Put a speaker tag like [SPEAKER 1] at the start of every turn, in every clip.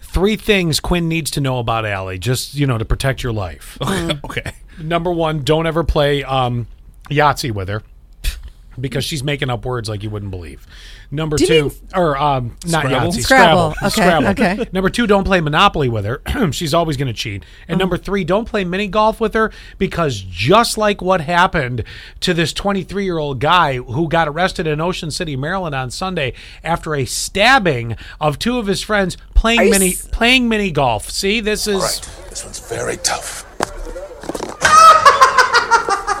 [SPEAKER 1] three things Quinn needs to know about Allie, just you know, to protect your life.
[SPEAKER 2] okay.
[SPEAKER 1] Number one, don't ever play um, Yahtzee with her. Because she's making up words like you wouldn't believe. Number
[SPEAKER 3] Do you
[SPEAKER 1] two,
[SPEAKER 3] mean-
[SPEAKER 1] or um, not
[SPEAKER 2] Scrabble?
[SPEAKER 1] Yahtzee,
[SPEAKER 3] Scrabble.
[SPEAKER 1] Scrabble.
[SPEAKER 3] Okay, okay.
[SPEAKER 1] Number two, don't play Monopoly with her. she's always going to cheat. And number
[SPEAKER 3] Mm-hmm.
[SPEAKER 1] three, don't play mini golf with her because just like what happened to this 23 year old guy who got arrested in Ocean City, Maryland on Sunday after a stabbing of two of his friends playing
[SPEAKER 3] Ice.
[SPEAKER 1] mini playing mini golf. See, this is
[SPEAKER 4] This one's very tough.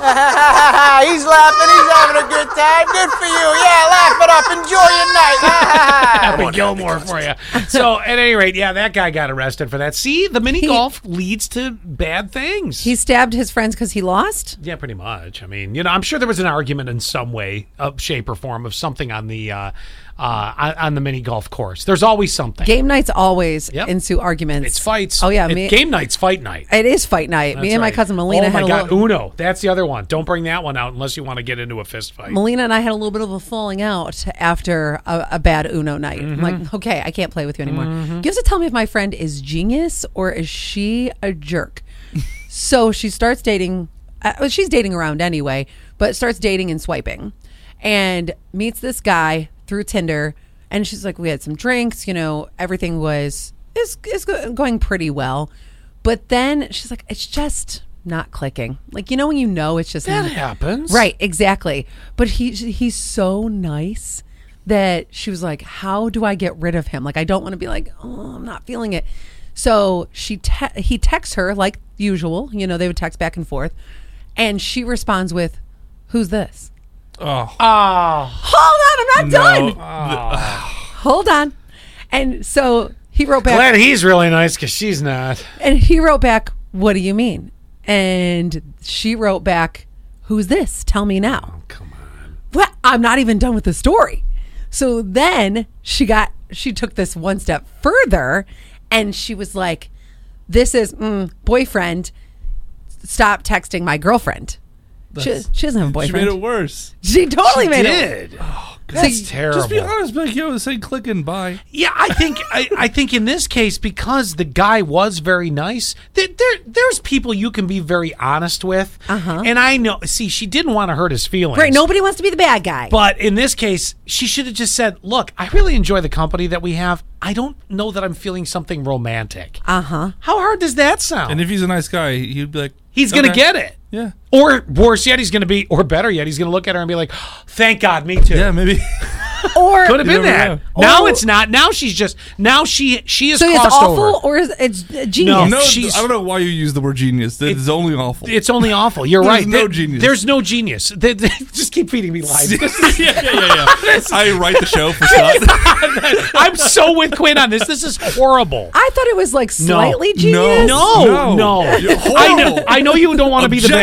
[SPEAKER 5] he's laughing. He's having a good time. Good for you. Yeah, laugh it up. Enjoy your night.
[SPEAKER 1] Happy Gilmore for you. So, at any rate, yeah, that guy got arrested for that. See, the mini golf leads to bad things.
[SPEAKER 3] He stabbed his friends because he lost.
[SPEAKER 1] Yeah, pretty much. I mean, you know, I'm sure there was an argument in some way, uh, shape, or form of something on the uh, uh, on- on the mini golf course. There's always something.
[SPEAKER 3] Game nights always
[SPEAKER 1] Yep.
[SPEAKER 3] ensue arguments.
[SPEAKER 1] it's fights.
[SPEAKER 3] Oh yeah,
[SPEAKER 1] It-
[SPEAKER 3] me,
[SPEAKER 1] game night's fight night.
[SPEAKER 3] It is fight night. me
[SPEAKER 1] That's
[SPEAKER 3] and my
[SPEAKER 1] right.
[SPEAKER 3] cousin Melina
[SPEAKER 1] Oh my
[SPEAKER 3] had a
[SPEAKER 1] god,
[SPEAKER 3] little.
[SPEAKER 1] Uno. That's the other one. Don't bring that one out unless you want to get into a fist fight.
[SPEAKER 3] Melina and I had a little bit of a falling out after a, a bad Uno night. I'm
[SPEAKER 1] Mm-hmm.
[SPEAKER 3] like, okay, I can't play with you anymore. You have to tell me if my friend is genius or is she a jerk. so she starts dating. Uh, well, she's dating around anyway, but starts dating and swiping, and meets this guy through Tinder. And she's like, we had some drinks. You know, everything was is is go- going pretty well, but then she's like, it's just not clicking. Like you know when you know it's just
[SPEAKER 1] that
[SPEAKER 3] not-
[SPEAKER 1] happens.
[SPEAKER 3] Right, exactly. But he he's so nice that she was like, "How do I get rid of him? Like I don't want to be like, oh, I'm not feeling it." So she te- he texts her like usual, you know, they would text back and forth, and she responds with, "Who's this?"
[SPEAKER 1] Ah,
[SPEAKER 3] Hold on, I'm not
[SPEAKER 2] No.
[SPEAKER 3] done. Hold on. And so he wrote back
[SPEAKER 1] glad he's really nice because she's not.
[SPEAKER 3] and he wrote back, "What do you mean?" And she wrote back, "Who's this? Tell me now."
[SPEAKER 1] Come on.
[SPEAKER 3] Well, I'm not even done with the story. So then she got she took this one step further and she was like, This is mm, boyfriend. Stop texting my girlfriend. She, she doesn't have a
[SPEAKER 2] She made it
[SPEAKER 3] boyfriend.
[SPEAKER 2] worse.
[SPEAKER 3] She, totally made it.
[SPEAKER 1] Did. That's terrible.
[SPEAKER 2] Just be honest, be like, yo, this ain't clicking. Bye.
[SPEAKER 1] Yeah, I think I, I think in this case because the guy was very nice. There, there there's people you can be very honest with.
[SPEAKER 3] Uh-huh.
[SPEAKER 1] And I know. See, she didn't want to hurt his feelings.
[SPEAKER 3] Right. Nobody wants to be the bad guy.
[SPEAKER 1] But in this case, she should have just said, "Look, I really enjoy the company that we have. I don't know that I'm feeling something romantic."
[SPEAKER 3] uh huh.
[SPEAKER 1] How hard does that sound?
[SPEAKER 2] And if he's a nice guy, he'd be like,
[SPEAKER 1] he's gonna
[SPEAKER 2] okay.
[SPEAKER 1] get it.
[SPEAKER 2] Yeah.
[SPEAKER 1] Or worse yet, he's gonna be, or better yet, he's gonna look at her and be like, "Oh, "Thank God, me too."
[SPEAKER 2] Yeah, maybe.
[SPEAKER 3] Or
[SPEAKER 1] Could have
[SPEAKER 2] You
[SPEAKER 1] been
[SPEAKER 2] never
[SPEAKER 1] that.
[SPEAKER 2] know.
[SPEAKER 1] Now
[SPEAKER 3] Oh.
[SPEAKER 1] it's not. Now she's just. Now she she is
[SPEAKER 3] so it's
[SPEAKER 1] crossed
[SPEAKER 3] awful
[SPEAKER 1] over.
[SPEAKER 3] or is it's
[SPEAKER 1] Oh,
[SPEAKER 3] genius.
[SPEAKER 2] no,
[SPEAKER 1] she's-
[SPEAKER 2] I don't know why you use the word genius. It's only awful.
[SPEAKER 1] It's only awful. You're
[SPEAKER 2] There's
[SPEAKER 1] right.
[SPEAKER 2] no
[SPEAKER 1] There-
[SPEAKER 2] genius.
[SPEAKER 1] There's no genius. They- they- just keep feeding me lies.
[SPEAKER 2] yeah, yeah, yeah, yeah. I write the show for Scott.
[SPEAKER 1] I'm so with Quinn on this. This is horrible.
[SPEAKER 3] I thought it was like slightly
[SPEAKER 2] No.
[SPEAKER 3] genius.
[SPEAKER 1] No,
[SPEAKER 2] No.
[SPEAKER 1] no.
[SPEAKER 2] You're
[SPEAKER 1] I know,
[SPEAKER 2] horrible.
[SPEAKER 1] I know you don't want to be the bad.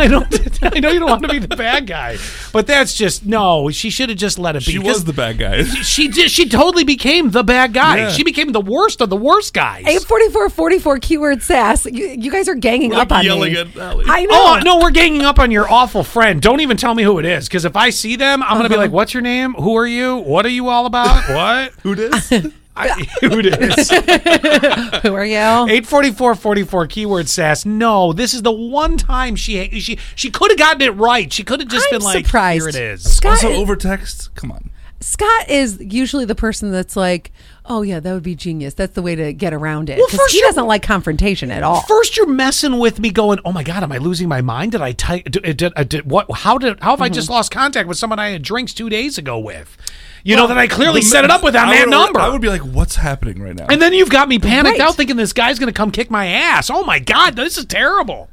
[SPEAKER 1] I don't. I know you don't want to be the bad guy. But that's just no. She should have just let it be.
[SPEAKER 2] she was the bad guy.
[SPEAKER 1] She did. She totally became the bad guy.
[SPEAKER 2] Yeah.
[SPEAKER 1] She became the worst of the worst guys.
[SPEAKER 3] 844 44 keyword sass. You, you guys are ganging
[SPEAKER 2] like
[SPEAKER 3] up on
[SPEAKER 2] yelling
[SPEAKER 3] me.
[SPEAKER 2] at Allie.
[SPEAKER 3] I know.
[SPEAKER 1] Oh no, we're ganging up on your awful friend. Don't even tell me who it is, because if I see them, I'm gonna be like, "What's your name? Who are you? What are you all about? What?
[SPEAKER 2] Who dis? All
[SPEAKER 1] I, who it is?"
[SPEAKER 3] Who are you?
[SPEAKER 1] 844-44 keyword sass. No, this is the one time she she she could have gotten it right. She could have just
[SPEAKER 3] I'm
[SPEAKER 1] been like,
[SPEAKER 3] surprised.
[SPEAKER 1] "Here it is."
[SPEAKER 3] Scott,
[SPEAKER 2] also,
[SPEAKER 3] is,
[SPEAKER 2] over text. Come on.
[SPEAKER 3] Scott is usually the person that's like, "Oh yeah, that would be genius. That's the way to get around it."
[SPEAKER 1] Well,
[SPEAKER 3] 'Cause
[SPEAKER 1] first
[SPEAKER 3] he
[SPEAKER 1] you-
[SPEAKER 3] doesn't like confrontation at all.
[SPEAKER 1] First, you're messing with me, going, "Oh my god, am I losing my mind? Did I type? Did, did, uh, did what? How did? How have I
[SPEAKER 3] Mm-hmm.
[SPEAKER 1] just lost contact with someone I had drinks two days ago with? You know that I clearly set it up with on
[SPEAKER 2] I
[SPEAKER 1] that
[SPEAKER 2] would-
[SPEAKER 1] number.
[SPEAKER 2] I would be like, what's happening right now?
[SPEAKER 1] and then you've got me panicked
[SPEAKER 3] Right.
[SPEAKER 1] out, thinking this guy's going to come kick my ass. Oh my god, this is terrible.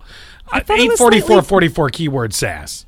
[SPEAKER 3] thought it was slightly-
[SPEAKER 1] 844-44 keyword sass.